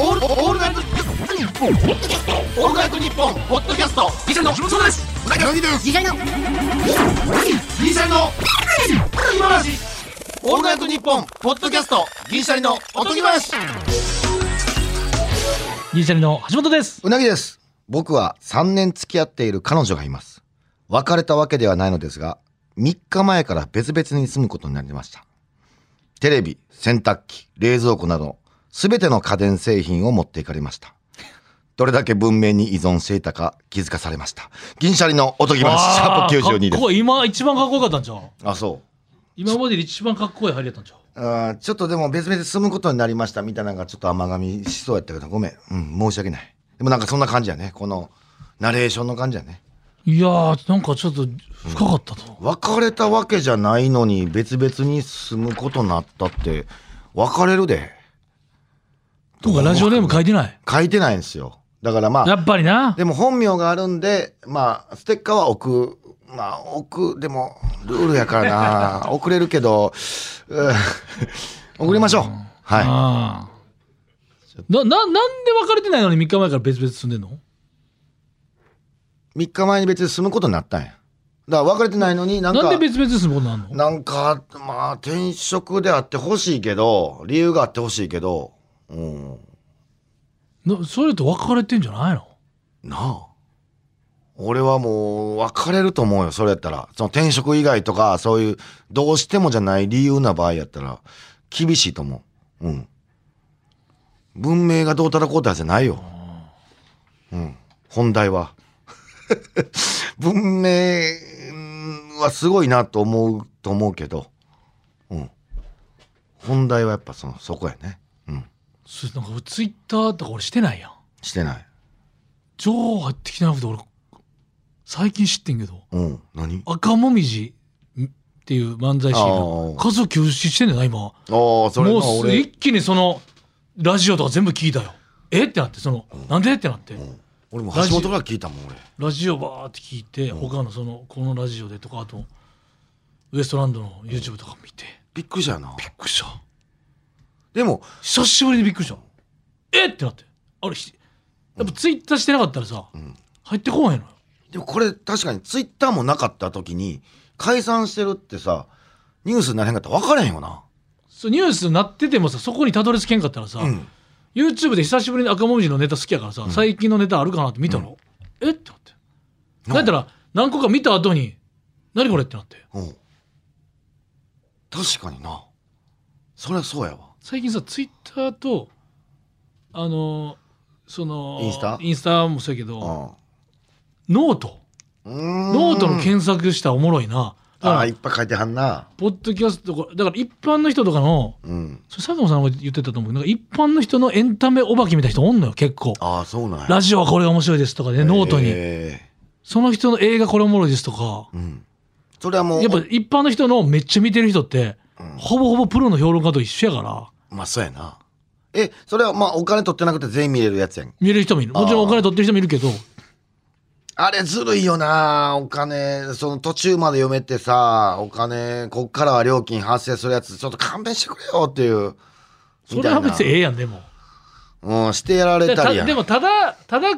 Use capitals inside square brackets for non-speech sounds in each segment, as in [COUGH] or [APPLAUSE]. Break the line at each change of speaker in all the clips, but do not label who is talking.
オールオールナイトニッポンオールナイトニッポンポッドキャストギシャリの木本そうですうなぎの
次回の
ギシャリの今話オールナイトニッポンポッドキャストギシャリのおとぎ話
ギリシャリの橋本です。
うなぎです。僕は3年付き合っている彼女がいます。別れたわけではないのですが、3日前から別々に住むことになりました。テレビ、洗濯機、冷蔵庫など、すべての家電製品を持っていかれました。どれだけ文明に依存していたか気づかされました。銀シャリのおとぎます。シャープ92で
かっ
す。
こいい今一番かっこよかったんじゃん。
あ、そう。
今までで一番かっこいい入りやったんじゃん。
あーちょっとでも別々住むことになりましたみたいなのがちょっと甘噛みしそうやったけど、ごめん。うん、申し訳ない。でもなんかそんな感じやね。この、ナレーションの感じやね。
いやー、なんかちょっと深かったと。
別れたわけじゃないのに別々に住むことになったって別れるで
とかラジオネーム書いてない。
書いてないんですよだからま
や
あ
っぱりな。
でも本名があるんでまあステッカーは置くまあ置くでもルールやから
[LAUGHS]
な送れるけどうん送りましょうは
あーな、な、なんで別れてないのに3日前から別々住んでんの
い3日前に別に住むことになったんやだから別れてないのになん
な
か
んで別々住むことなんの
なんか、まあ、転職であってほしいけど、理由があってほしいけど、うん、
なそれと別れてんじゃないの
なあ俺はもう別れると思うよそれやったらその転職以外とかそういうどうしてもじゃない理由な場合やったら厳しいと思ううん文明がどうたらこうたらじゃないようん本題は [LAUGHS] 文明はすごいなと思うと思うけどうん本題はやっぱそのそこやねうん
それなんかツイッターとか俺してないやん。
してない
情報入ってきてなくて俺、最近知ってんけど、
うん何
赤もみじんっていう漫才師
あ
が
ー
数休止してんねんな、今。
ああそれな
もうす
俺
一気にそのラジオとか全部聞いたよえってなってその、なんでってなって、
俺も橋本から聞いたもん俺
ラジオバーって聞いて、他のそのこのラジオでとかあとウエストランドの YouTube とか見て、
びっくりしたよな
びっくりした
でも
久しぶりにびっくりしたえってなってあれひやっぱツイッターしてなかったらさ、入ってこんへんのよ
でもこれ確かにツイッターもなかった時に解散してるってさニュースになれへんかったら分からへんよな
そうニュースになっててもさそこにたどり着けんかったらさ、
ん
YouTube で久しぶりに赤もみじのネタ好きやからさ、最近のネタあるかなって見たの、えってなって
な
なんやったら何個か見た後に何これってなって
うん確かになそりゃそうやわ
最近さツイッターとあのーその
インスタ
インスタもそうやけどノート
うん
ノートの検索したらおもろいなだ
あ
か
あ
ら
いっぱい書いてはんな
ポッドキャストとかだから一般の人とかの
うん
それ佐久間さんが言ってたと思うけどなんか一般の人のエンタメお化けみたいな人おんのよ結構
ああそうなんや
ラジオはこれが面白いですとかねノートに
え
その人の映画これおもろいですとか
えうんそれはもう
やっぱ一般の人のめっちゃ見てる人ってほぼほぼプロの評論家と一緒やから
まあそうやなえそれはまあお金取ってなくて全員見れるやつやん
見れる人もいるもちろんお金取ってる人もいるけど
あれずるいよなお金、その途中まで読めてさ、お金、こっからは料金発生するやつ、ちょっと勘弁してくれよっていう。
それは別にえ
え。
えやんでも
うん、してやられ
で
たりや
た
ん。
でもただただ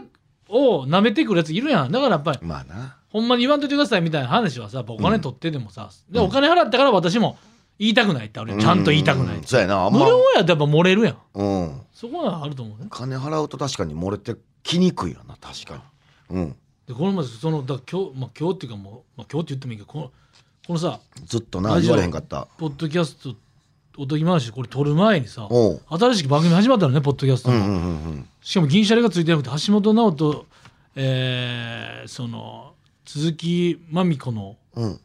を舐めてくるやついるやんだからやっぱり
まあな。
ほんまに言わんといてくださいみたいな話はさやっぱお金取ってでもさ、でお金払ったから私も言いたくないってあるやんちゃんと言いたくない、
うんそうやな、あん
無
ま。
料やったらやっぱ漏れるやん
うん。
そこはあると思うね
金払うと確かに漏れてきにくいよな、確かに。うん。
でこの前そのだから今日、まあ、今日っていうかもう、まあ、今日って言ってもいいけどこのこのさ
ずっとな、
ラジ
言
オ
われへんかった。
ポッドキャストおとぎ話これ撮る前にさ
おう
新しく番組始まったのねポッドキャスト
うん
の、
うんうんうん。
しかも銀シャリがついてなくて橋本直人、えーその鈴木まみ子の
うん。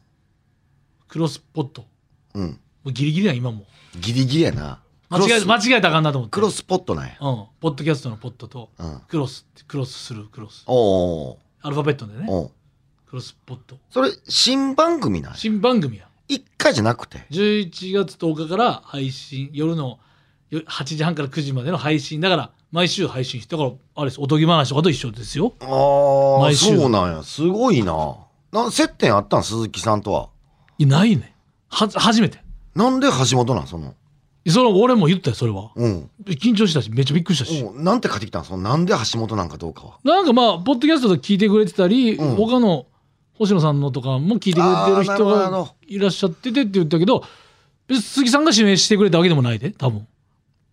クロスポットも
うん。
うギリギリやん今も
ギリギリやな。
間違え
クロ
間違えたらあかんなと思っ
ス
て
クロスポットなんや。
うん、ポッドキャストのポッドと
うん。
クロスってクロスするクロス
おう
アルファベットで
おうおう
ね
おう
クロスポット
それ、新番組なんや
新番組や
一回じゃなくて。
11月10日から配信夜のよ8時半から9時までの配信だから毎週配信してだからあれですおとぎ話とかと一緒ですよ
ああ、
毎週
そうなんや。すごいな。な接点あったん鈴木さんとは。
いやないねは初めて
なんで橋本なんその。
それ俺も言ったよそれは
うん。
緊張したしめっちゃびっくりしたし、
うんなんて書いてきたんそのなんで橋本なんかどうかは。
なんかまあポッドキャストで聞いてくれてたり、
うん
他の星野さんのとかも聞いてくれてる人
あーなるほどなるほ
がいらっしゃっててって言ったけど別に鈴木さんが指名してくれたわけでもないで多分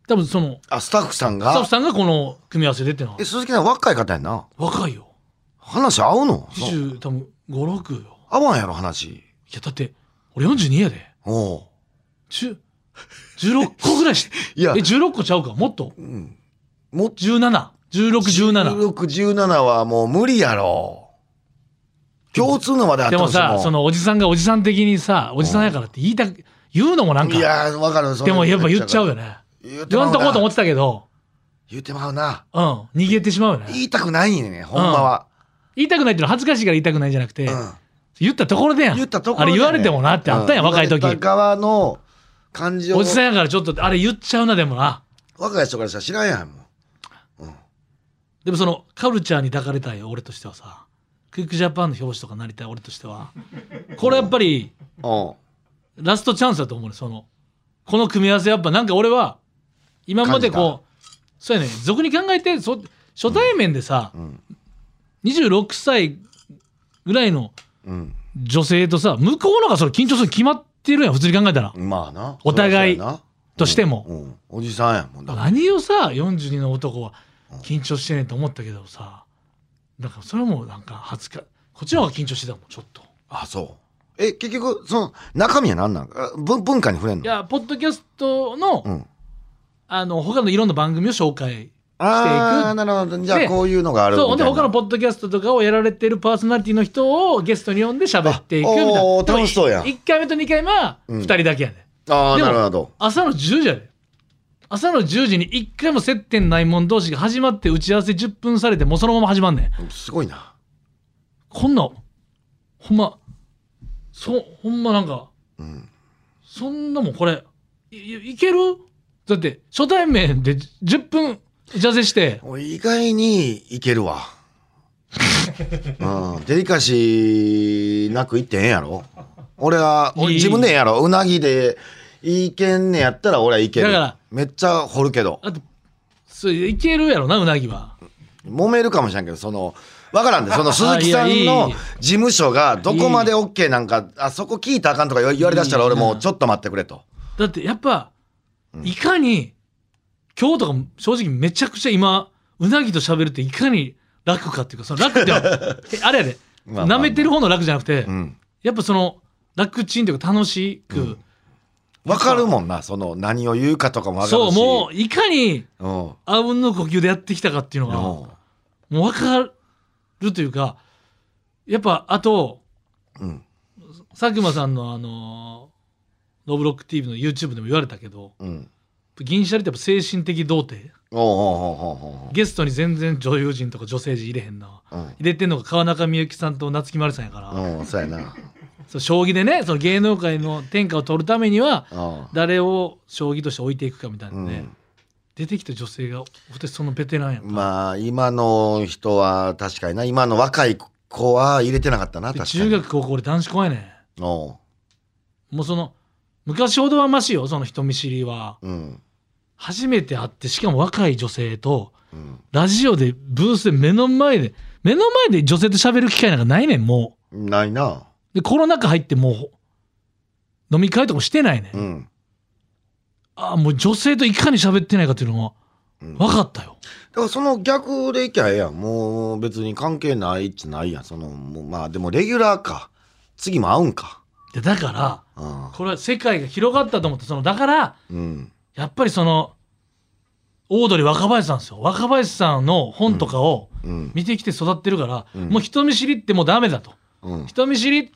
多分その
あ、スタッフさん
スタッ
が
フ。さんがこの組み合わせでってのは
え、鈴木さん若い方やんな。
若いよ
話合うのそう
20多分56よい
合わんやろ、話。
やだって俺42やで
おう
10 16個ぐらいし
いや
え、16個ちゃうかもっと
うん。もっ
171617
16、17はもう無理やろ。共通のまであっ
で
た
も
として
さそのおじさんがおじさん的にさおじさんやからって言いたく言うのもなん
い
か
やー、わかる。それ
でもやっぱ言っちゃうよ。ね
言って
言
ま
わ
うんな
とこうと思ってたけど
言ってまうな。
うん逃げてしまうよ
[LAUGHS] 言
ね
いたくないねんね、ほんまは。
言いたくないっていうのは恥ずかしいから言いたくないんじゃなくて
うん。
言ったところでやん
言ったとこ
あ
ろでね
れ言われてもなってあったやん
う
若い時
言われた側の感情を
おじさんやからちょっとあれ言っちゃうなでもな
若い人からしたら知らんやんもん
でもそのカルチャーに抱かれたい俺としてはさクイックジャパンの表紙とかなりたい俺としてはこれやっぱり
お
ラストチャンスだと思うねそのこの組み合わせやっぱなんか俺は今までこうそうやね俗に考えてそ初対面でさ、
ううん
26歳ぐらいの
うん
女性とさ向こうのがそれ緊張するに決まってるやん普通に考えたら、
まあな
お互い
そりゃそうやな
としても、
うんうんおじさんやもんだ
何をさ42の男は緊張してねえと思ったけどさだからそれもなんか恥ずかこっちの方が緊張してたもんちょっと
あそうえ結局その中身は何なんあ文文化に触れんの
いやポッドキャストの,、
うん
あの他のいろんな番組を紹介
ああなるほどじゃあ
で
こういうのがあるみ
そうほ
たい
んで
な
他のポッドキャストとかをやられてるパーソナリティの人をゲストに呼んで喋っていくみたい
あ
な
おー楽しそうやん
1回目と2回目は
うん
2人だけやね、
ああ
でも
なるほど
朝の10時やで朝の10時に1回も接点ないもん同士が始まって打ち合わせ10分されてもうそのまま始まんねん
すごいな
こんなほんまそほんまなんか
うん
そんなもんこれいいいけるだって初対面で10分打ち合わせして
俺意外にいけ
[LAUGHS]
るわうん、デリカシーなくいってへんやろ俺は俺
いい
自分でええやろうなぎでいけんねやったら俺はいける
だから
めっちゃ掘るけど
あとそれいけるやろなうなぎは。
揉めるかもしれんけどそのわからんでその鈴木さ
い
ん
やい
の
い
事務所がどこまで OK なんかあそこ聞いたらあかんとか言わ言われだしたら
いい
俺
な
もうちょっと待ってくれと
だってやっぱ、
うん
いかに今日とかも正直めちゃくちゃ今うなぎと喋るっていかに楽かっていうかその楽って
[LAUGHS]
えあれやで
まあまあ
舐めてる方の楽じゃなくて、
うん
やっぱその楽ちんというか楽しく、
うんわかるもんなその何を言うかとかもわかるし
そうもういかに
ううん
あうんの呼吸でやってきたかっていうのが、もう分かるというかやっぱあと
うん
佐久間さんのあの「ノブロック TV」の YouTube でも言われたけど
うん
銀シャリってやっぱ精神的童貞
おうおうおうおうおう
ゲストに全然女優陣とか女性陣入れへんな
うん
入れてんのが川中美幸さんと夏木マリさんやから、
うん、そうやな。
そう将棋でねその芸能界の天下を取るためには
うん
誰を将棋として置いていくかみたいなね、
うん
出てきた女性が私そのベテランやんか、
まあ、今の人は確かにな、今の若い子は入れてなかったな、
で
確かに。
中学高校で男子怖いね
おう
もうその昔ほどはましよその人見知りは
うん。
初めて会ってしかも若い女性と
うん。
ラジオでブースで目の前で目の前で女性と喋る機会なんかないねんもう
ないな。
でコロナ禍入ってもう飲み会とかもしてないね、
うん。
ああもう女性といかに喋ってないかっていうの
う
が
ん
分かったよ、
だからその逆でいきゃええやん。もう別に関係ないっちゃないやん。その、もうまあでもレギュラーか。次も合うんか。
でだから
うん
これは世界が広がったと思ってそのだから
うん。
やっぱりそのオードリー若林さんですよ若林さんの本とかを
うん。
見てきて育ってるから、
うん
もう人見知りってもうダメだと
うん。
人見知り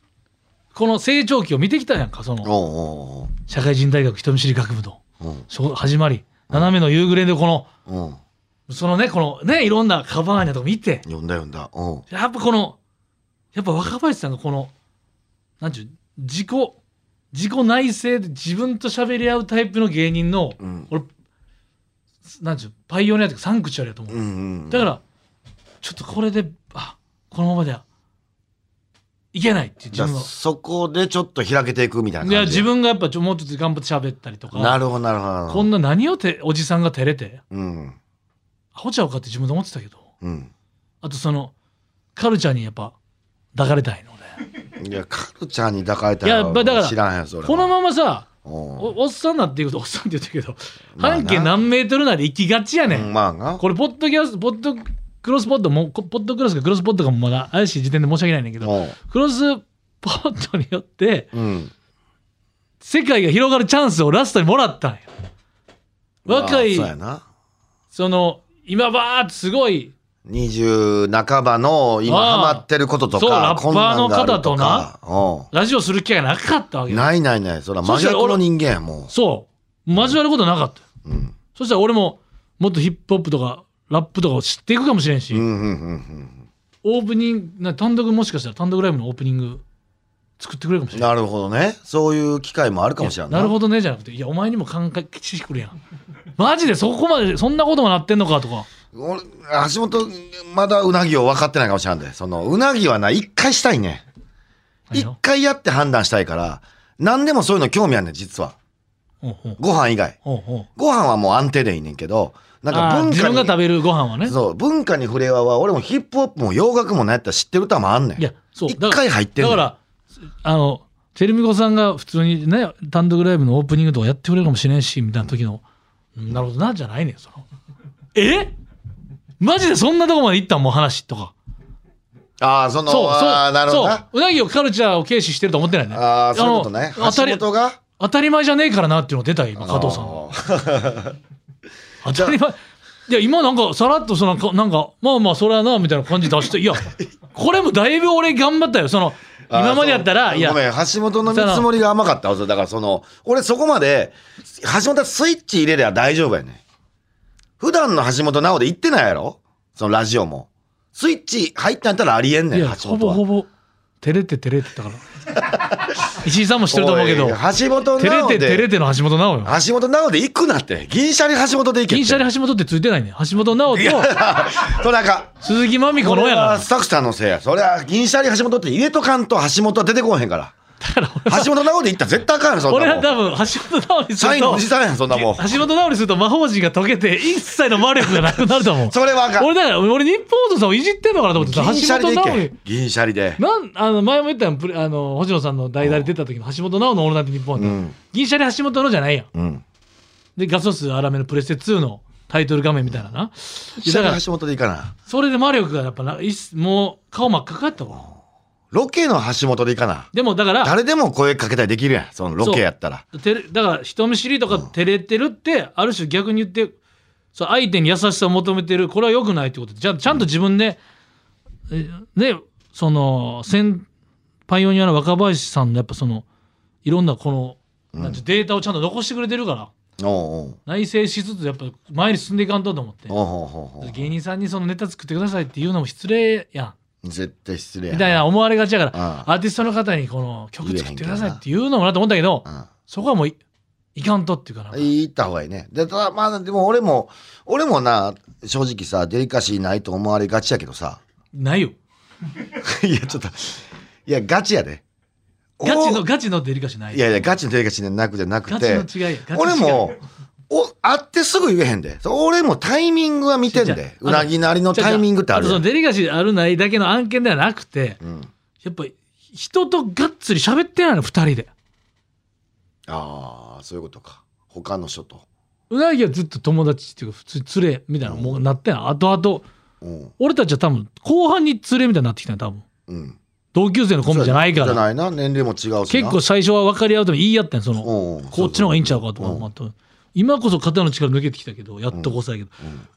この成長期を見てきたやんかその
おうおう
社会人大学人見知り学部の
おううん。
しょ始まり斜めの夕暮れでこの
うん。
そのねこのねいろんなカバーニャとか見て
呼んだ呼んだ。うん。
やっぱこの、やっぱ若林さんがこの、なんちゅう、自己、自己内政で自分と喋り合うタイプの芸人の、
うん。
俺、なんちゅう、パイオニアというかサンクチュアリだと思う。
うんうん。
だから、ちょっとこれで、あ、このままでは、いけないっていう
じ
自
ゃあ
分は
そこでちょっと開けていくみたいない
や
感じで
自分がやっぱちょもうちょっと頑張って喋ったりとか
なるほどなるほどなる
こ
ほ
ん
ど
な何をておじさんが照れて
うん
アホちゃうかって自分で思ってたけど
うん
あとそのカルチャーにやっぱ抱かれたいの
いやカルチャーに抱かれた
いやまあだから
知らんやんそれ
で
は
このままさ
うん
おおっさんなっていうことおっさんって言ったけど
まあな
半径何メートルなで行きがちやね
うん
ん
まあな
これポッドキャストポッドクロスポッドもこポッドクロスかクロスポッドかもまだ怪しい時点で申し訳ないねんだけどクロスポッドによって
うん
世界が広がるチャンスをラストにもらったんよ若い
まあそうやな
その今バーってすごい
20半ばの今
ああ
ハマってることと
そう
か
ラッパ
こ
ー
んなんがある
の方
と
ラジオする機会がなかったわ
か
け
うん
よ
ないないないそれは
そ
真
したら
逆
俺
の人間やも
そう交わることなかったよ
ううん
そしたら俺ももっとヒップホップとかラップとかを知っていくかもしれんし、
うんうんうん
オープニングな単独もしかしたら単独ライブのオープニング作ってくれるかもし
う
れ
ん
ない
なるほどねそういう機会もあるかもしれない
なるほどねじゃなくていやお前にも感覚してくるやんマジでそこまでそんなこともなってんのかとか
俺橋本まだうなぎを分かってないかもしれないんでそのうなぎはな一回したいね
何
一
を
回やって判断したいから何でもそういうの興味あんねん実は
ほうほう
ご飯以外
ほうほう
ご飯はもう安定でいいねんけどなんか
あー
文
自
化
分が食
に
べるご飯はね
そう文化に触れ合うは俺もヒップホップも洋楽もなんやったら知ってる歌もあんねん
いやそう
一回入ってん
だ
ね
か
ん
らあのテルミコさんが普通にね単独ライブのオープニングとかやってくれるかもしれんしみたいな時の、うんなるほどなじゃないねんそのえマジでそんなとこまで行ったんもう話とか
ああその
そうそう
あーなるほどな
そううなぎをカルチャーを軽視してると思ってないね
ああそういうことね
あの当た
橋
り
本が
当たり前じゃねえからなっていうのが出たよ今加藤さん
あ
当たり前いや今なんかさらっとそのかなんかまあまあそれはなみたいな感じ
[LAUGHS]
出していやこれもだいぶ俺頑張ったよその
ー
今までやった
あー
ら
そ
いうや
ごめん橋本の見積もりが甘かっただからその俺そこまで橋本はスイッチ入れりゃ大丈夫やねん普段の橋本直で言ってないやろそのラジオもスイッチ入ったんやったらありえんね
い
ん
や
橋
ほ
本
ぼ
は
ほぼ照れて照れてたから
[LAUGHS]
石井さんも知ってると思うけど
おい橋本
照
直
れて照れ
で
ての橋本直よ
橋本直で行くなって銀シャリ橋本で行けって
銀シャリ橋本ってついてないね橋本直と
それあかん
鈴木まみ子
こ
の
れ
親か
は
ら
スタッフさんのせいやそれは銀シャリ橋本って入れとかんと橋本は出てこうへんから
だから
橋本直で行ったら絶対あかんやろそん
[LAUGHS] 俺
な
は
もん
多分橋本直にす
社
る
員のお
と
じさんやんそんなもん
橋本直にすると魔法陣が解けて一切の魔力がなくなると思う
それはあかん
俺だから俺日本放送さんをいじってんのかなと思ってた
銀シャ
橋
リで行
本直
け
に
銀シャリで
なんあの前も言ったやんプレあの星野さんの代打で出た時の橋本直の「オールナイトニッポン」
う
の
ん
銀シャリ橋本のじゃないやん
うん
でガソス荒めのプレステ2のタイトル画面みたいなな、い
銀
や
シ
だか
ャ
ら
リ橋本で行かな
それで魔力がやっぱないっすもう顔真っ赤かったわ
ロケの橋本で行かな
でもだから
誰でも声かけたりできるやんそのロケやったら
てれだから人見知りとか照れてるってある種逆に言ってそう相手に優しさを求めてるこれは良くないってことでちゃんちゃんと自分で、えねその先パイオニアの若林さんのやっぱそのいろんなこの、なんていうデータをちゃんと残してくれてるから
おうおう
内省しつつやっぱ前に進んでいかんとと思って
おうおうおうおう
芸人さんにそのネタ作ってくださいっていうのも失礼やん
絶対失礼や
みたいな思われがちやから、
うん
アーティストの方にこの曲作ってくださいっていうのもなと思ったけど、そこはもういいかんとっていうかな。
行った方がいいね。で、ただまあ、でも俺も、俺もな、正直さ、デリカシーないと思われがちやけどさ。 [LAUGHS]
ないよ。
いや、ちょっと、いや、ガチやで。
ガチの、
お
ガチのデリカシーない。
いやいや、ガチのデリカシーなくじゃなく
ガチ
て、
の違いや。ガチの違
俺
い
も、お、会ってすぐ言えへんで。そう俺もタイミングは見てん
じゃ
で。
あ
うなぎなりのタイミングってあるや
とその
ん。
デリカシーあるないだけの案件ではなくて、
うん。
やっぱり人とがっつり喋ってないの、二人で。
ああ、そういうことか。他の人と。
うなぎはずっと友達っていうか、普通連れみたいなのもうなってんの。あとあと、
うん。
俺たちは多分、後半に連れみたいになってきたの、多分。
うん。
同級生のコンビじゃないか
じゃ
ら。
ないな。年齢も違うし
結
な。
構最初は分かり合うとも言い合ってん、その、
うんうん
こっちの方がいいんちゃうかとか、
うん
まあと今こそ肩の力抜けてきたけど、やっと5歳やけど。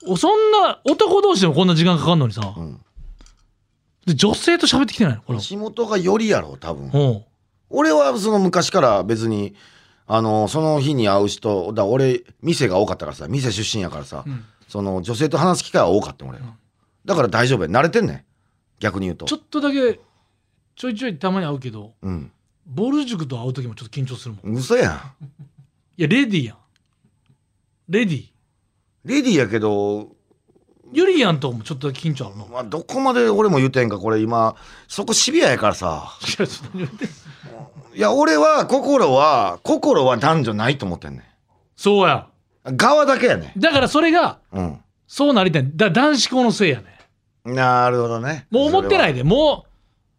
うん
おそんな男同士でもこんな時間かかんのにさ、
うん。
で女性と喋ってきてないのこれ
橋本がよりやろ、多分。
うん
俺はその昔から別にあのその日に会う人だ俺店が多かったからさ店出身やからさ、
うん
その女性と話す機会は多かった俺は、だから大丈夫や慣れてんねん逆に言うと
ちょっとだけちょいちょいたまに会うけど
うん
ボール塾と会う時もちょっと緊張するもんい
嘘やん
やレディーやんレディー
レディーやけど
ゆりやんともちょっと緊張あるの。 [LAUGHS]
まあ、どこまで俺も言うてんかこれ今そこシビアやからさ
いやちょっと言って
いや俺は心は心は男女ないと思ってんね
そうや。
ん側だけやね
だからそれが、
んうん
そうなりたい。だ男子校のせいやね。
なるほどね、
もう思ってないいで、もう、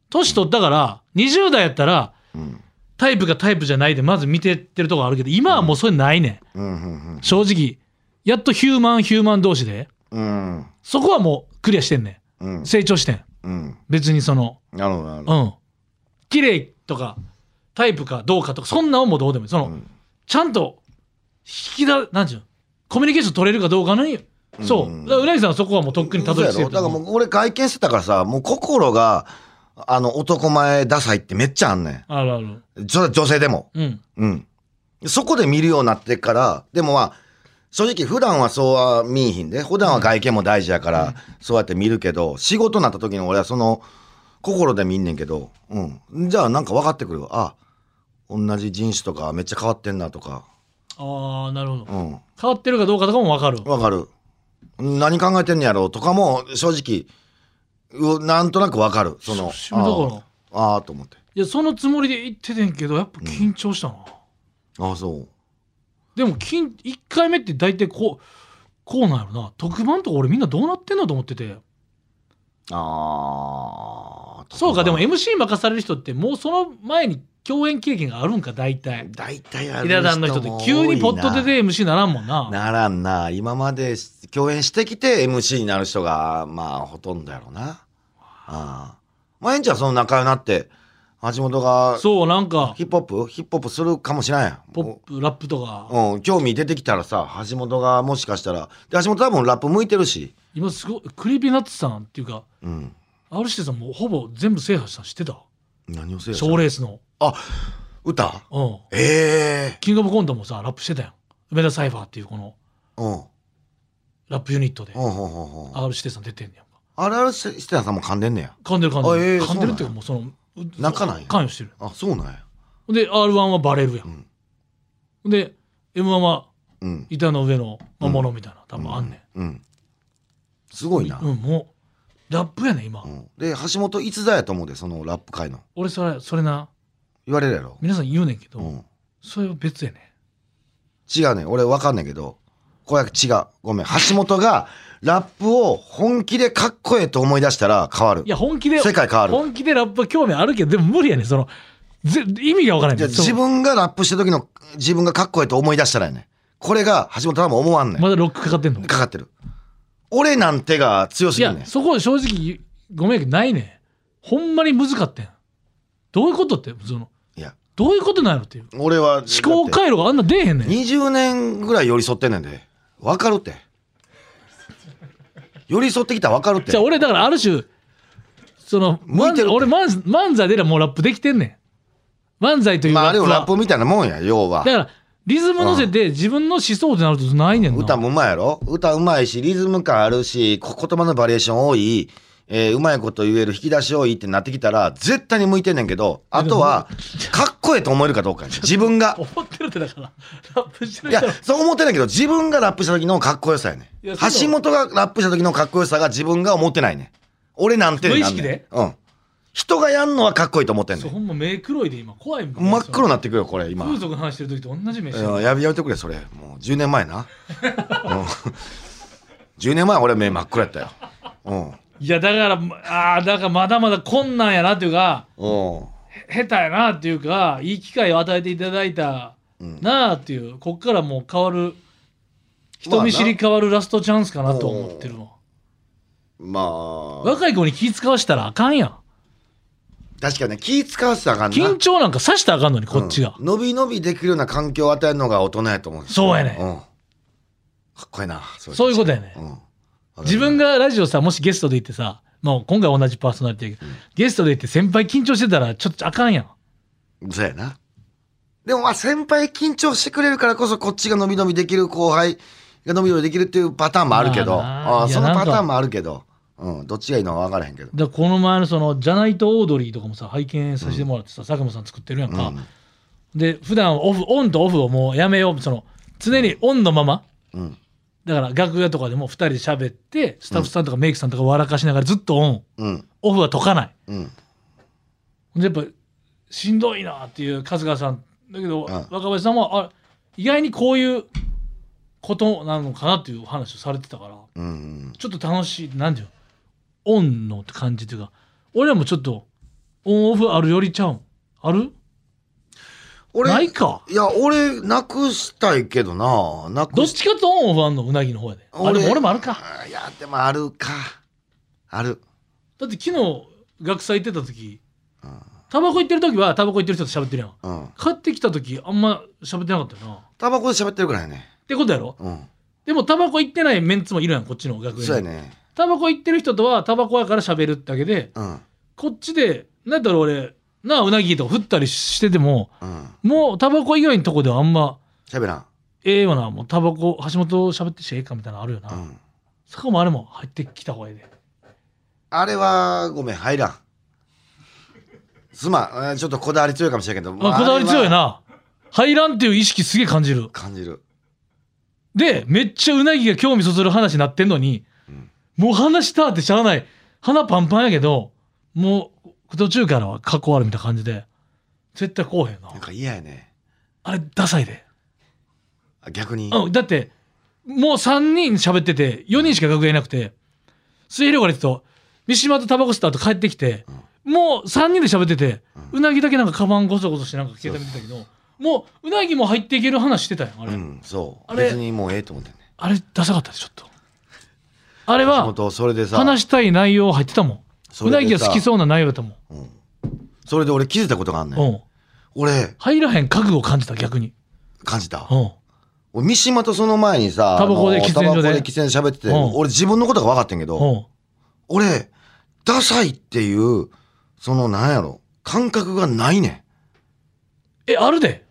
年取ったから、20代やったら、
うん
タイプがタイプじゃないで、まず見てってるとこあるけど、今はもうそれないね
うんうん
ん。正直。やっとヒューマン、ヒューマン同士で。
うんうん
そこはもうクリアしてんね
うん
ん。成長してん。
うん
別にその、
なるほどなるほど
うん。綺麗とか、タイプかどうかとか、そんなんはもうどうでもいい。その、
ん
ちゃんと、引きだ、なんちゅうのコミュニケーション取れるかどうかのに、そう。
うん
だからうなぎさんはそこはもうとっくにたどり着いて
そうやろ
る
だ
と
から
思う。
もう俺会見してたからさもう心があの男前ダサいってめっちゃあんね
あるある。
ん女女性でも
うん。
うん。そこで見るようになってから、でもまあ、正直普段はそうは見えひんで、普段は外見も大事やから、そうやって見るけど、仕事になった時に俺はその、心で見んねんけど、うん。じゃあなんか分かってくるわ。あ、同じ人種とかめっちゃ変わってんなとか、
ああ、なるほど。
うん。
変わってるかどうかとかもわかる。
分かる。何考えてんねやろうとかも、正直、うなんとなく分かる。その、
しだから
あああーと思って。
いやそのつもりで言っててんけどやっぱ緊張したな、
ああ、そう。
でも緊1回目って大体こうこうなんやろな特番とか俺みんなどうなってんのと思ってて
ああ。
そうかでも MC 任される人ってもうその前に共演経験があるんか大体
大体ある
ひな壇の人って急にポットでで MC ならんもんな
ならんな今まで共演してきて MC になる人がまあほとんどやろうなああまあえんちゃんその仲良くなって橋本が
そうなんか
ヒップホップヒップホップするかもしれんやん
ポップラップとか
うん、興味出てきたらさ橋本がもしかしたらで橋本多分ラップ向いてるし、
今すごいクリーピーナッツさんっていうか
うん、
R− 指定さんもほぼ全部制覇したん知ってた
何をせよ
賞レースの、
あ歌
うん、
ええ
キングオブコントもさラップしてたやん梅田サイファーっていうこの
うん
ラップユニットで
うんうんうんうん
R 指定さん出てんねやんか
あれあれしてたさんも噛んでんねや
噛んでる噛んでる、
あええ
噛んでるってい
そうなんや
うかもうそのう
仲なんや
関与してる
あそうなんや
で r 1はバレるや、
うんん
で m 1は
うん
板の上の魔物みたいな、多分あんねん、
うんすごいな、
うんもうラップやねん今、
うんで橋本逸材やと思うでそのラップ界の
俺それそれな
言われるやろ、
皆さん言うねんけど、
うん、
それは別やねん
違うねん俺分かんねんけどこれ違うごめん橋本がラップを本気でかっこええと思い出したら変わる
いや本気で
世界変わる
本気でラップは興味あるけどでも無理やねんそのぜ意味がわからない
じゃあ
その
自分がラップした時の自分がかっこええと思い出したらやねんこれが橋本多分思わんねん
まだロックかかってんの
かかってる俺なんてが強す
い
ぎん
や
ねん
そこは正直ごめんやけどないねんほんまに難かってんどういうことってその
いや
どういうことなんやろっていう
俺は思
思考回路があんな出えへんねん。
20年ぐらい寄り添ってんねんで分かるって寄り添ってきたら分かるって
じゃあ俺だからある種その
向いてるって
漫俺漫漫才でらもうラップできてんねん漫才という
まああれ
は
をラップみたいなもんや要は
だからリズム乗せて自分の思想ってなるとないねんな
歌もうまいやろ歌うまいしリズム感あるしこ言葉のバリエーション多い、えーうまいこと言える引き出し多いってなってきたら絶対に向いてんねんけどあとはかっこええと思えるかどうかや自分が
思ってるってだからラップして
い
る人
や
は
そう思ってないけど自分がラップした時のかっこよさやね
いや
ん
そんな
橋本がラップした時のかっこよさが自分が思ってないねん俺なんてなんねん
無意識で
うん人がやんのはかっこいいと思ってんね
そうんほんま目黒いで今怖いもん
真っ黒になってくよこれ今
風俗の話してる時と同じ目して
うん
る
やめやめてくれそれもう10年
[LAUGHS]
前な、うん、10年前俺目真っ黒やったようん
いやだからああだからまだまだ困難やなっていうか
お
下手やなっていうかいい機会を与えていただいたなあっていう、こっからもう変わる人見知り変わるラストチャンスかなと思ってるの、
まあ
若い子に気使わしたらあかんやん
確かにね気使わせたらあかんな
緊張なんかさしたらあかんのにこっちが、
うん伸び伸びできるような環境を与えるのが大人やと思うんです
そうやねん
んかっこいいなそ
そういう
こ
ことやね、
うん、
自分がラジオさもしゲストで行ってさもう今回同じパーソナリティやけど、ゲストで行って先輩緊張してたらちょっとあかんやん
そうやなでもまあ先輩緊張してくれるからこそこっちが伸び伸びできる後輩が伸び伸びできるっていうパターンもあるけど、
まあな
ああ
いや
その
なん
パ
か
ターンもあるけど、うん、どっちがいいのは分からへんけど
だからこの前のその「じゃないとオードリー」とかもさ拝見させてもらってさ、佐久間さん作ってるやんか、で普段オフオンとオフをもうやめようその常にオンのまま
うん
だから楽屋とかでも2人で喋ってスタッフさんとかメイクさんとか笑かしながらずっとオン
うん
オフは解かない
うん
でやっぱしんどいなっていう春日さんだけど、
ん
若林さんはあ意外にこういうことなのかなっていう話をされてたから
うん
ちょっと楽しいなんていうのオンの感じっていうか俺らもちょっとオンオフあるよりちゃうんある
俺
ないか
いや俺なくしたいけどなな
ど
く
っ
し
ちかとオンオフあんのうなぎの方やであ
俺
でも俺もあるか
あいやでもあるかある
だって昨日学祭行ってた時タバコ行ってる時はタバコ行ってる人と喋ってるやん
うん
帰ってきた時あんま喋ってなかったよなっ
タバコで喋ってるからいね
てことやろ
うん
でもタバコ行ってないメンツもいるやんこっちの楽
そうや
屋に
ね
タバコ行ってる人とはタバコやから喋るだけで
うん
こっちでなんやったら俺なあうなぎとか振ったりしてても
うん
もうタバコ以外のとこではあんま
喋らん
ええよなもうタバコ橋本喋ってしてええかみたいなのあるよな、
うん
そこもあれも入ってきた方がええで
あれはごめん入らんすまんえーちょっとこだわり強いかもしれんけど
あこだわり強い
あれは
な入らんっていう意識すげえ感じる
感じる
でめっちゃうなぎが興味そそる話になってんのに、
うん
もう話したってしゃあない鼻パンパンやけどもう途中からは過去あるみたいな感じで絶対こうへんな
なんか嫌やね
あれダサいで、
あ逆に
うん、だってもう3人喋ってて4人しか楽屋いなくて末広がりと三島とタバコ吸った後帰ってきて、もう3人で喋ってて、うなぎだけなんかカバンゴソゴソしてなんか消えたみたいだけどもううなぎも入っていける話してたやんあれ、
うんそう
あれ
別にもうええと思ってんね
あれダサかったでちょっとあれ
橋
は
本それでさ
話したい内容入ってたもん
そうれで
な
さ
ぎが好きそうな内容だったもん、
それで俺気づいたことがあんねん
うん
俺
入らへん覚悟を感じた逆に、
感じた
うん、
俺三島とその前にさ
タバコで
あの
喫煙所で
タバコ喫煙所喋ってて
うん
俺自分のことが分かってんけど
うん
俺ダサいっていうそのなんやろ感覚がないねん
えあるで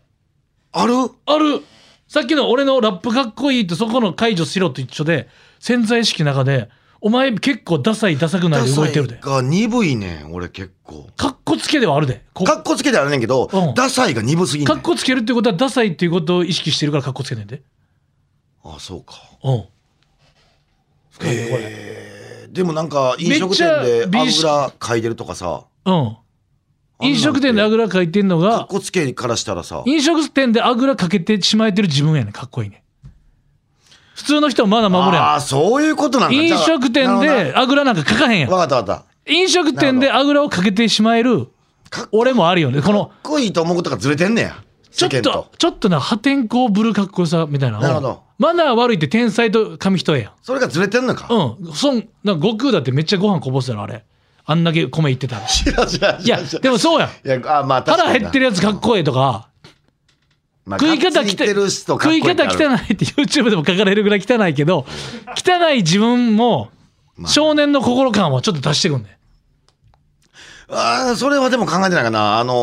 ある
あるさっきの俺のラップかっこいいとそこの解除しろと一緒で潜在意識の中でお前結構ダサいダサくない
ダ
で
サ
動
い
いてるで
が鈍いねん俺結構
かっこつけではあるでこ
かっこつけてあるねんけど、
うん
ダサいが鈍すぎんね
か
ん
っこつけるってことはダサいっていうことを意識してるからかっこつけてんで
あそうか
うん深いねこれ
えーでもなんか飲食店で
めっちゃ
油嗅いでるとかさ
うん
あんなん
飲食店であぐらかいてんの
かっ
が
こつけからしたらさ
飲食店であぐらかけてしまえてる自分やねんかっこいいね普通の人はまだ守れ
あ
ん
あそういうことなんだ
飲食
じゃあなる
店
ほど
であぐらなんかかかへんやん
なわかったわかっ
飲食店であぐらをかけてしまえる
かっ
俺もあるよねこ
た
の
かっこいいと思うことがずれてんねや
ちょ
世間
っとちょっとな破天荒ぶるかっこよさみたいなのを
なるほど
マナー悪いって天才と紙一重やん
それがずれてんの [LAUGHS] か、
うんそんなんか悟空だってめっちゃご飯こぼすやろあれあんだけ米いってたら
知らん知らん
い
知ら [LAUGHS]
や
ん知らん
でもそうやん
いやあまあ確かに
腹減ってるやつかっこええとか
まあ
食い方
が
汚
っ
い
ついてる人かっ
食
こ
い
い
方汚
い
いって YouTube でも書かれるぐらい汚いけど汚い自分も少年の心感はちょっと出してくんね
ああそれはでも考えてないかなあの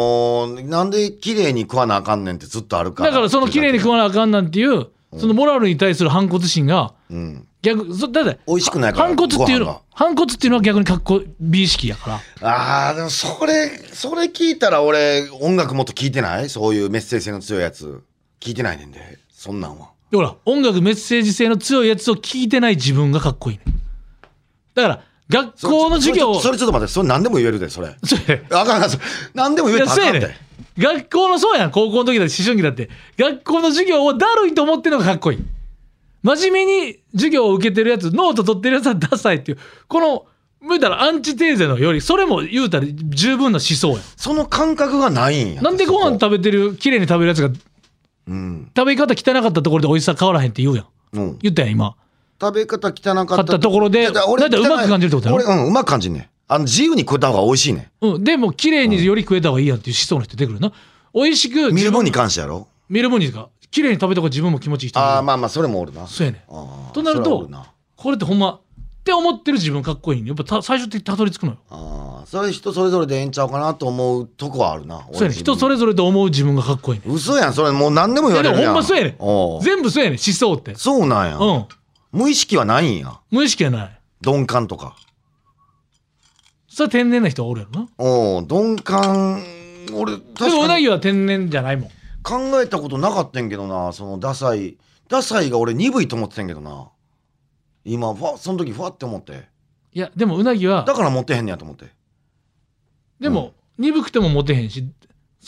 ーなんで綺麗に食わなあかんねんってずっとあるから
だからその綺麗に食
わ
わなあかんなんていうそのモラルに対する反骨心が
うん
逆そだって
美味しくないから
反骨ってい
ご飯
うの
が
反骨っていうのは逆にかっこ美意識やから
ああでもそれそれ聞いたら俺音楽もっと聞いてないそういうメッセージ性の強いやつ聞いてないねんでそんなんは
ほら音楽メッセージ性の強いやつを聞いてない自分がかっこいいねだから学
それ
校の授業を
それちょそれちょっと待ってそれ何でも言えるでそれ
そうやね
あかんあかんそれ何でも言
い
え
や
たらあ
そ
か
うや
ん
ね
っ
ん
て
学校のそうやん高校の時だって思春期だって学校の授業をだるいと思ってるのがかっこいい真面目に授業を受けてるやつノート取ってるやつはダサいっていうこの言うたらアンチテーゼのよりそれも言うたら十分な思想やん
その感覚がないんや
なんでご飯
そこ
食べてる綺麗に食べるやつが
うん
食べ方汚かったところで美味しさ変わらへんって言うやん
うん
言ったやん今
食べ方汚か
買
っ
った
た
ところで
だから俺
だってうまく感じるってことや
俺
ろ、
うんうまく感じんねんあの自由に食った方が美味しいねん
うん、でも綺麗により食えた方がいいやんっていう思想の人出てくるな美味しく
見
自
る
分
分に関してやろ
見る分にか綺麗に食べた方が自分も気持ちいい人もいる
ああまあまあそれもおるな
そうやねん
あー
となる
それはお
と
るな
これってほんまって思ってる自分かっこいいねやっぱた最終的にたどり着くのよ
ああそれ人それぞれでええんちゃうかなと思うとこはあるな
そうやねん人それぞれと思う自分がかっこいいね
嘘やんそれもう何でも
い
言
や
わ
で
れ
も
るやん
ほんまそうやねん
おう
全部そうやねん思想って
そうなんや、
うん
無意識はないんや
無意識やない
鈍感とか
それは天然な人はおるやろな
おう鈍感俺確
でもう
か
な
に
ぎは天然じゃないもん
考えたことなかったんけどなそのダサいダサいが俺鈍いと思ってたんけどな今ふわその時ふわって思って
いやでもうなぎは
だから持ってへんねやと思って
でも、鈍くてもモテへんし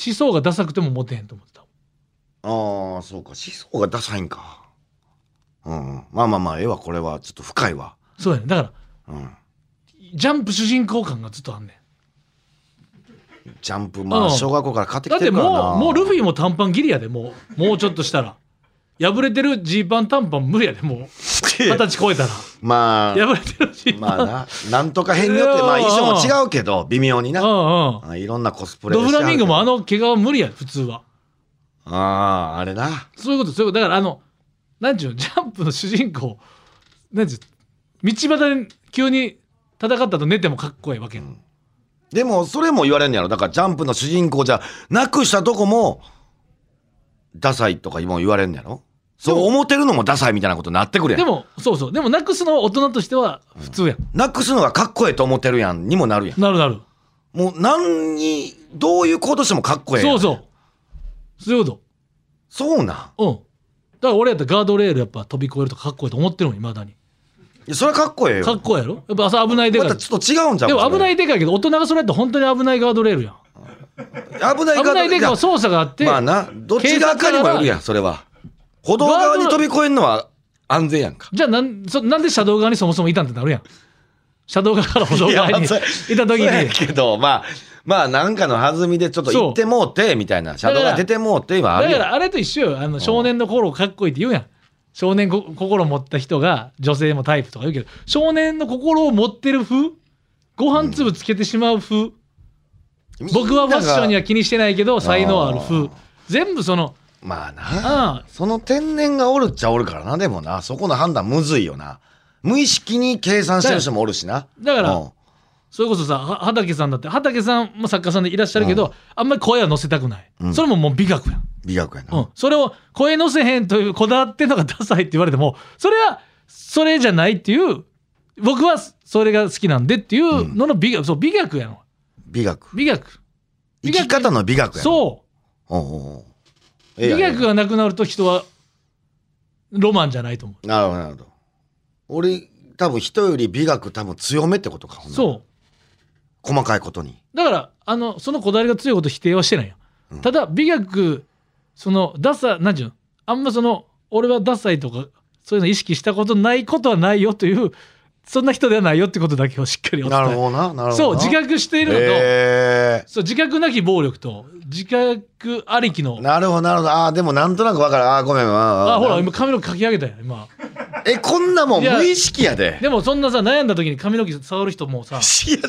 思想がダサくてもモテへんと思ってた
ああそうか思想がダサいんかうんうんまあまあまあ絵はこれはちょっと深いわ
そうやねだから
うん
ジャンプ主人公感がずっとあんねん
ジャンプま
う
あ
ん
小学校から買って
だ
き
ってて
るからな
もうもうルフィも短パンギリやでもうもうちょっとしたら破れてるジーパン短パン無理やでもう二十歳超えたら
まあ
破れてるジーパン、
まあななんとか変によってまあ衣装も違うけど微妙にな
うんうん
あいろんなコスプレ
ドフラミンゴもあ
の
の怪我は無理や普通は
あああれな
そういうことそういうことだからあのなんちゅうのジャンプの主人公なんちゅう道端で急に戦ったと寝てもかっこいいわけやん、
でもそれも言われんねやろだからジャンプの主人公じゃなくしたとこもダサいとか今言われんねやろそう思ってるのもダサいみたいなことになってくるや
で
ん
もそうそうでもなくすのは大人としては普通やん、
なくすのがかっこええと思ってるやんにもなるやん
なるなる
もう何にどういう行動してもかっこええや
そ
ん
うそうそういうこ
そうなん
とうんだから俺やったらガードレールやっぱ飛び越えるとかかっこいいと思ってるもんいまだに
いやそれはかっこええよ
かっこいいやろやっぱ朝危ないでか
ま
い
たちょっと違うんじゃん
でも危ないいでかいけど大人がそれやったら本当に危ないガードレールやん
危ない
危ないでかいは操作があって、
まあなどっち側かにもよるやんそれは歩道側に飛び越えんのは安全やんか
じゃあなんそなんで車道側にそもそもいたんってなるやん車道側から歩道
いや
側にい
そ
た
う
時に
そうやけどまあまあなんかの弾みでちょっと行ってもうてみたいな車道が出てもうて今あ
だ
る
か
やん
らあれと一緒よあの少年の頃かっこいいって言うやん少年こ心を持った人が女性もタイプとか言うけど少年の心を持ってる風ご飯粒つけてしまう風、僕はファッションには気にしてないけど才能ある
あ
風
ー
全部その
まあな
あ
その天然がおるっちゃおるからなでもなそこの判断むずいよな無意識に計算してる人もおるしな
だから
うん
それこそさは畑さんだって畑さんも作家さんでいらっしゃるけど、あんまり声は乗せたくない、
うん
それももう美学やん
美学やな、
うん、それを声乗せへんというこだわってんのがダサいって言われてもそれはそれじゃないっていう僕はそれが好きなんでっていうのの美学、そう美学やの
美学
美学
生き方の美学やな
そ
おうおうおう
う美学がなくなると人はロマンじゃないと思
なるほどなるほど俺多分人より美学多分強めってことか
う
ほんなら
そ
細かいことに
うだからあのそのこだわりが強いこと否定はしてないよ、
うん
ただ美学そのダサ何て言うのあんまその俺はダサいとかそういうの意識したことないことはないよというそんな人ではないよってことだけをしっかりお伝
な
え
るほどななるほどな
そう自覚しているのと、
へ
そう自覚なき暴力と自覚ありき
ー
の
なるほどなるほどああでもなんとなくわかるああごめんあ
あ
ー
ほら今髪の毛かき上げたよ今
えこんなもん無意識やで
でもそんなさ悩んだ時に髪の毛触る人もさ
いや違う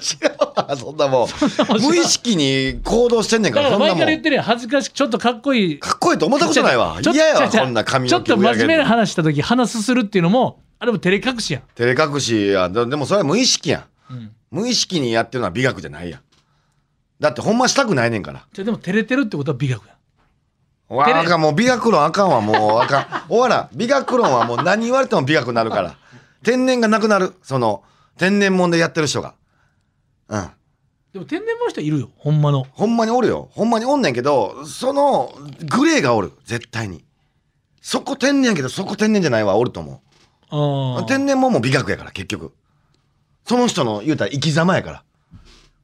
わそんな
[LAUGHS]
もん
もん
無意識に行動してんねん
だ
かそ
からら
ん
前
な
か
も
ら言っ
ん
てるやん恥ずかしくちょっとかっこいい
かっこいいと思ったことないわ
ちょ
嫌やわ
ちょ
こんな髪
ちょ
の
っ
毛
と真面目な
上げんの
話した時鼻すするっていうのもあれも照れ隠しやん、
照れ隠しやででもそれは無意識やん
うん、
無意識にやってるのは美学じゃないやんだってほんましたくないねんから
じゃあでも照れてるってことは美学やん
わ
テレ
あかんもう美学論あかんわもうあかん終わらん美学論はもう何言われても美学になるから天然がなくなるその天然もんでやってる人がうん
でも天然の人いるよほんまの
ほんまにおるよほんまにおんねんけどそのグレーがおる絶対にそこ天然やけどそこ天然じゃないわおると思
あ
う
ー
天然もんも美学やから結局その人の言うたら生き様やから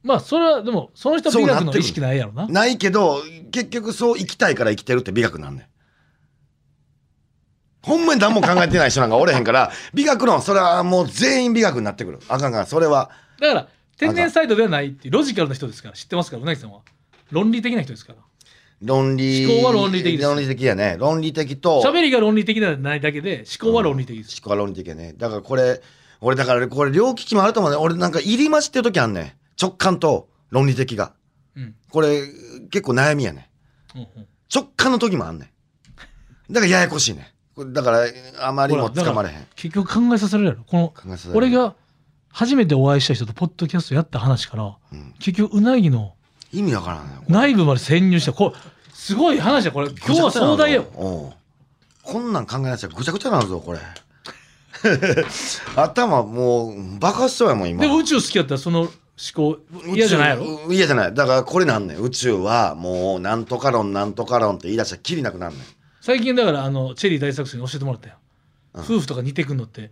まあそれはでもその人は美
そう
学
なっ
の
てる
意識ないやろな
ないけど結局そう生きたいから生きてるって美学なんねんほんまに何も考えてない人なんかおれへんから [LAUGHS] 美学論それはもう全員美学になってくるあかんあかんそれは
だから天然サイドではないっていうロジカルな人ですから知ってますからうなぎさんは論理的な人ですから
論理
思考は論理的です
論理的やね論理的と
喋りが論理的ではないだけで思考は論理的です、
思考は論理的やねだからこれ俺だからこれ両利きもあると思うね俺なんか入りましてる時あんねん直感と論理的が
うん
これ結構悩みやねん
うんうん
直感の時もあんねんだからややこしいねんこれだからあまりもつかまれへん
結局考えさせられるやろこの
考えさせられる
俺が初めてお会いした人とポッドキャストやった話から、
うん
結局うなぎの
意味わからんねんこれ
内部まで潜入したこうすごい話だこれ今日は壮大よ
おうこんなん考えなさいぐちゃぐちゃなるぞこれ [LAUGHS] 頭もう爆発しそうやもん今
でも宇宙好きやったらその思考
宇宙
嫌じゃないやろ
う嫌じゃないだからこれなんねん宇宙はもうなんとか論なんとか論って言い出したらきりなくなんねん
最近だからあのチェリー大作戦に教えてもらったよ、
うん
夫婦とか似てくんのって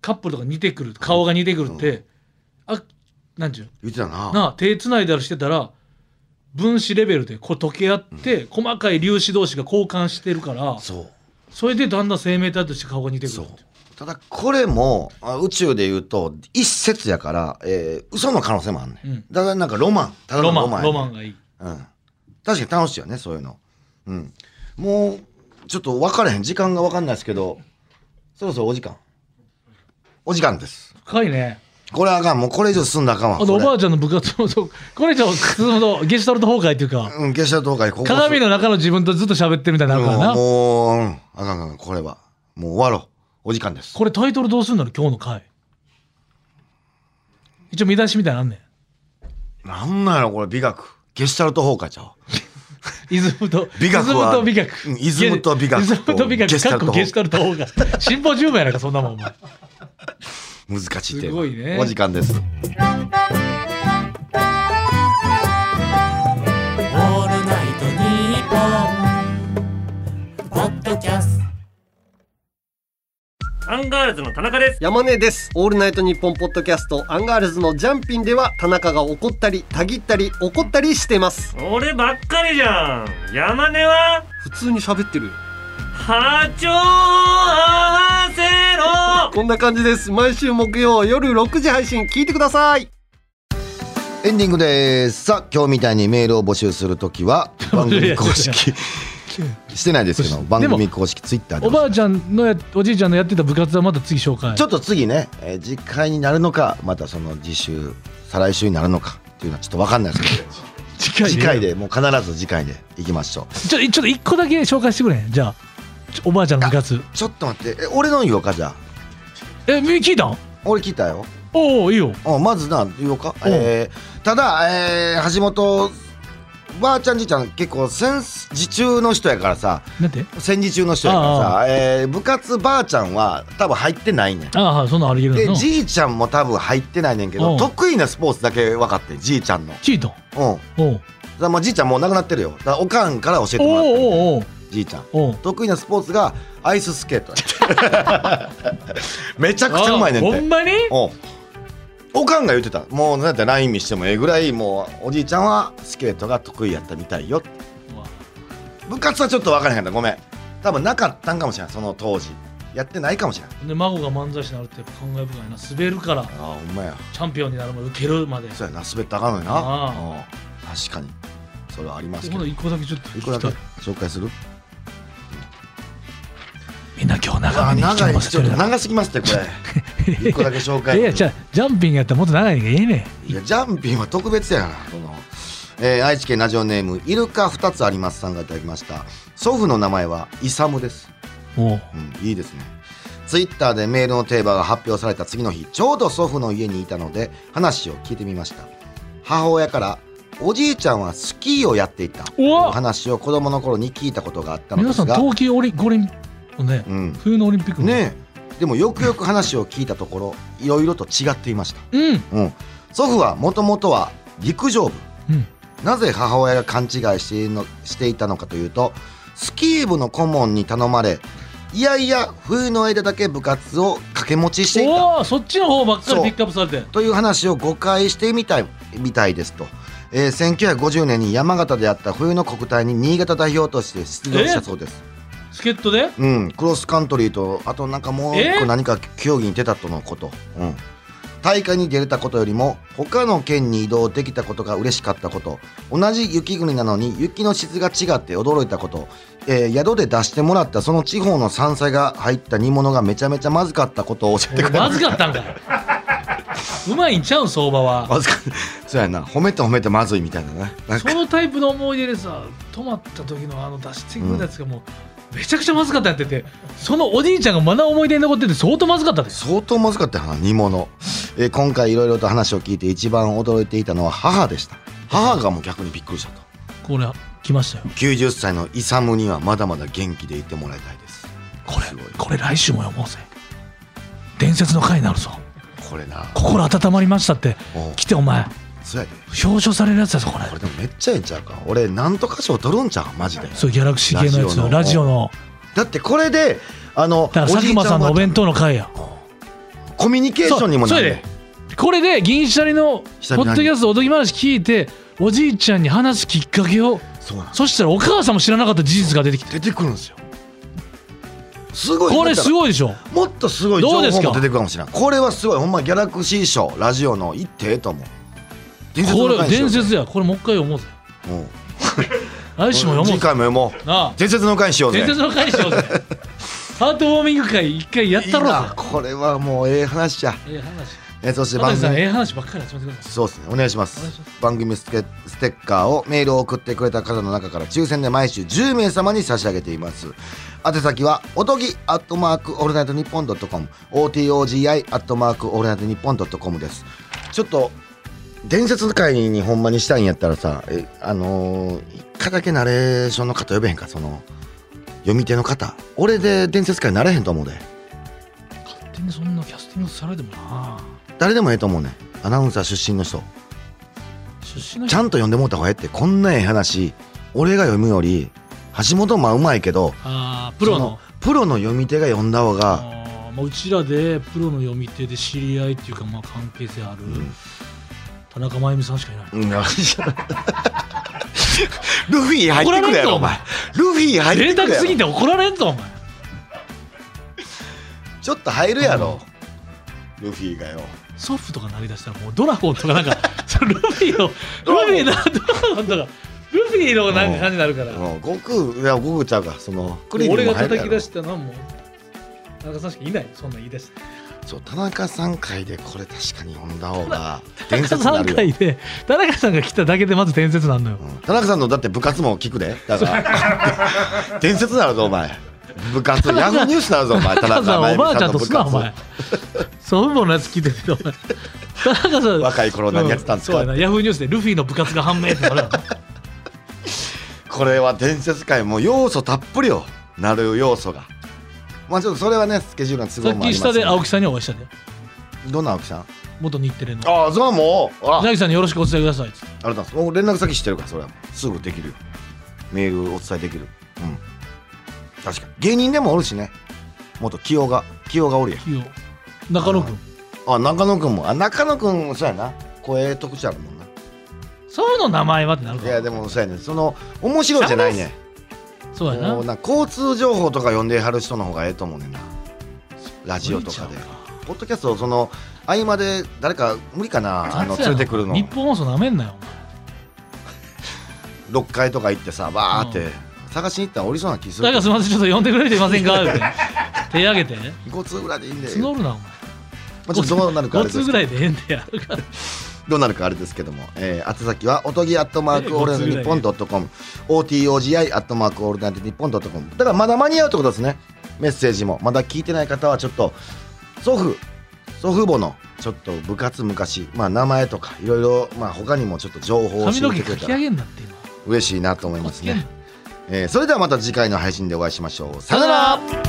カップルとか似てくる顔が似てくるって、あなんちゅう
言ってたな
なあ手つないだりしてたら分子レベルでこう溶け合って、細かい粒子同士が交換してるから
そう
それでだんだん生命体として顔が似てくる
そ
っ
う
て
ただこれもあ宇宙で言うと一説やから、えー嘘の可能性もあんねん、
うん
だからなんかロマンただの
ロ
ロマ
マ
ンや
ン
ね
ロマンがいい
うん、確かに楽しいよねそういうの、うん、もうちょっと分からへん時間が分かんないですけどそろそろお時間お時間です
深いね
これはあかんもうこれ以上進んだらあかんわ
あと
こ
お
れ
ばあちゃんの部活もそうこれ以上進むとゲシュタルト崩壊っていうか
うん消したとかここ
鏡の中の自分とずっと喋ってるみたいになるからな、
うんもう、うん、あかんあかんこれはもう終わろうお時間です
これタイトルどうすんの今日の回一応見出しみたいなのあんね
なんなんやろこれ美学ゲシュタルト崩壊ちゃう
んイズムと
美学は
イズムと美学
うんイズムと美学
イズムと美
ゲ
学
シュ
か
タ
っ
ルト
こゲシュタルト崩壊シンポジウムやないかそんなもんお前
難しいテーマ
すごいね
お時間です
オールナイトニッポン」ポッドキャスト
アンガールズの田中です。
山根です。オールナイトニッポンポッドキャストアンガールズのジャンピンでは田中が怒ったり、たぎったり、怒ったりしてます。
俺ばっかりじゃん。山根は
普通に喋ってるよ。
波長を合わせろ
こんな感じです。毎週木曜夜6時配信聞いてください。
エンディングですさあ今日みたいにメールを募集するとき [LAUGHS] は番組公式してないですけど番組公式ツイッターで
おばあちゃんのやおじいちゃんのやってた部活はまた次紹介
ちょっと次ね、えー次回になるのかまたその次週再来週になるのかっていうのはちょっと分かんないですけど
次回
次回でもう必ず次回でいきましょう
ちょちょっと一個だけ紹介してくれんじゃあちょおばあちゃんの部活
ちょっと待ってえ俺の言おうかじゃあ
えみ聞いたん
俺聞いたよ
おおいいよ
うんまずな言おうか、
うん
えーただ、えー橋本ばあちゃんじいちゃん結構戦時中の人やからさ
なんて
戦時中の人やからさ、えー部活ばあちゃんは多分入ってないねん
ああそんなんありえる
で
の
じいちゃんも多分入ってないねんけ
う
ど
ん
得意なスポーツだけ分かってんじいちゃんの
聞いたん
うん
おう
だからまあじいちゃんもう亡くなってるよだからおかんから教えて
お
もらったみたい
おおう
じいちゃん
おうおう
得意なスポーツがアイススケートや [LAUGHS] めちゃくちゃうまいねん
あ
て
ほんまに
おおかんが言ってたもうなんやったら LINE 見してもええぐらいもうおじいちゃんはスケートが得意やったみたいよ部活はちょっと分からへんかったごめん多分なかったんかもしれないその当時やってないかもしれない
で孫が漫才師になるってやっぱ感慨深いな滑るから
ああほんまや
チャンピオンになるまで受けるまで
そうやな滑ったらあかんのにな
あ
うん確かにそれはありますけ
今
ど
度
い
一個だけちょっと聞
くら
き
だ
たい
け紹介する
みんな今日長
あ
めに聞き
長い
ます
ちょっと長すぎますってこれ
[LAUGHS]
一個だけ紹介
いやじゃあジャンピングやったらもっと長いのがいいね
いやジャンピンは特別やなこの、えー愛知県ラジオネームイルカ2つありますさんがいただきました祖父の名前はイサムです、
もう
うん、いいですねツイッターでメールのテーマが発表された次の日ちょうど祖父の家にいたので話を聞いてみました母親からおじいちゃんはスキーをやっていたと
う
い
わ
う話を子供の頃に聞いたことがあったので
皆さ
す
ん
が
冬季オリ五輪のね
うん、
冬のオリンピックの
ねえでもよくよく話を聞いたところいろいろと違っていました
うん
うん、祖父はもともとは陸上部、
うん
なぜ母親が勘違いしているのしていたのかというとスキー部の顧問に頼まれいやいや冬の間だけ部活を掛け持ちしていた
おおそっちの方ばっかりピックアップされて
という話を誤解してみたいみたいですと、えー1950年に山形であった冬の国体に新潟代表として出場したそうです、
助っ人で
うん、クロスカントリーとあとなんかもう一
え
個何か競技に出たとのこと、うん、大会に出れたことよりも他の県に移動できたことが嬉しかったこと同じ雪国なのに雪の質が違って驚いたこと、えー宿で出してもらったその地方の山菜が入った煮物がめちゃめちゃまずかったことを教えてくれ
まずかったんかい
[LAUGHS]
うまいんちゃうん相場は
まずかった [LAUGHS] そうやな褒めて褒めてまずいみたいなねなん
そ
か
のタイプの思い出でさ泊まった時のあの出してくれたやつがもうめちゃくちゃまずかったやっててそのおじいちゃんがまだ思い出に残ってて相当まずかったです
相当まずかったよな煮物、えー今回いろいろと話を聞いて一番驚いていたのは母でした母がもう逆にびっくりしたと
これ来ましたよ
90歳のイサムにはまだまだ元気でいてもらいたいです
これ
すごい
これ来週も読もうぜ伝説の回になるぞ
これな
心温まりましたって
おう
来てお前
そうやで
表彰されるやつだぞこれ
これでもめっちゃええんちゃうか俺なんとか賞取るんちゃうマジで
そういうギャラクシー系のやつのラ
ラ
ジ
ジ
オ
オ
の
だってこれであの
だから佐久間さんのお弁当の回や
おじいちゃんおばあちゃんコミュニケーションにもな
そう
る
や
ね
でこれで銀シャリの
久
ポ
々に
ッドキャストおとぎ話聞いておじいちゃんに話すきっかけを
そうなんです
そしたらお母さんも知らなかった事実が出てきて
出てくるんですよすごい
これすごいでしょ
もっとすごい情
どうです
報
か
も出てくるかもしれないこれはすごいほんまギャラクシー賞ラジオの一手と思う伝説
こ
の
れ
回にしよう
伝説やこれもう一回読もうぜ
うん
来週も読もう
次
ぜ
回も読も
なあ
う伝説の回にしようぜ
伝説の回し
[LAUGHS]
ようぜハートウォーミング会一回やったろ
い
う
い
ぜ
なこれはもうええ話や
ええ話
えそして
渡
番
さんえ
組
え話ばっかり集めてくださ
そうですねお願いしま
お願いし
す
ま
番組ステステッカーをメールを送ってくれた方の中から抽選で毎週10名様に差し上げています宛先はおとぎアットマークオールナイトニッポンドットコム OTOGI アットマークオールナイトニッポンドットコムですちょっと伝説会にほんまにしたいんやったらさえあのー、一回だけナレーションの方呼べへんかその読み手の方俺で伝説会なれへんと思うで
い勝手にそんなキャスティングされてもな
誰でもええと思うねんアナウンサー出身の人
出身の
ちゃ
人
んと読んでもうた方がええってこんなええ話俺が読むより橋本まあうまいけど
あープロ
そ
の
プロの読み手が読んだ方が
あーまあ、うちらでプロの読み手で知り合いっていうか、まあ、関係性ある、田中真由美さんしかいない
うん [LAUGHS] ルフィ入ってくれやろお
怒ら
前
れん
ルフィ入って
贅
く
沢
れや
すぎ
ろ
て怒られんぞお前
ちょっと入るやろルフィがよ
ソフとか投げ出したらもうドラゴンと
[LAUGHS]
かなんかそのルフィのルフィのドラゴンとかルフィのなんか感じになるから
うん悟空いや悟空ちゃうかそのクリリン
俺
も
が
入るや
叩
ろ
き出したのはもう田中さんしかいないそんなん言い出した
そう田中さん回でこれ確かに読んだ方が
田
伝
中
説に
さ
なんるよ
回で田中さんが来ただけでまず伝説なんのよ
うん田中さんのだって部活も聞くでだから
[LAUGHS]
伝説なるぞお前部活ヤフーニュースなるぞお前田
田中
中
さ
真
んお
由美
ばあち
さ
ゃ
んの
んと
部
すなお前
活
祖父母のやつ聞いてるけどお前田中さ
[LAUGHS]
ん
若い頃何やってたんですか
うそうやなヤフーニュースでルフィの部活が判明ってあれやな
これは伝説界もう要素たっぷりよなる要素がまあちょっと [LAUGHS] それはねスケジュールの都
さ
合
っ
もありま
き
す
下
ん
で青木さんにお会いしたで
どんな青木さん
元日テレの
ああそうもうあ
「なぎさんによろしくお伝えください」っつって
あれだもう連絡先知ってるからそれはすぐできるよメールお伝えできるうん確かに芸人でもおるしね元清が清がおるやん
企業中野君
あ中野くんもあ中野くんもそうやな声特徴あるもんな
祖父の名前はってなる
い
から
やでもそうやねんその面白いじゃないね
そうやな
もうなんか交通情報とか読んではる人の方がええと思うねんなラジオとかで
無理ちゃう
ポッドキャストその合間で誰か無理かなあの
雑
連
やな
れてくるの
日本放送なめんなよ
6階とか行ってさバーって探しに行ったらおりそうな気す
お前だ
る
からすみませんちょっと呼んでくれる人いませ
[LAUGHS]
んか?」って手挙げて
5通ぐらいでいいんで
募るなお
まあちょっとどうなるかあ
前
れで
5通
す
ぐ
け
ら
ど
いでええんでやるから
どうなるかあれですけども、えー、宛先はおとぎアットマークオールナイトニッポンドットコム OTOGI アットマークオールナイトニッポンドットコムだからまだ間に合うってことですねメッセージもまだ聞いてない方はちょっと祖父祖父母のちょっと部活昔まあ名前とかいろいろまあ他にもちょっと情報を
髪
教
の
え
毛
てく
か
れた
き上
ら
げんなって今
嬉しいなと思いますね、えー、それではまた次回の配信でお会いしましょうさ
さ
よ
よ
な
な
ら
ら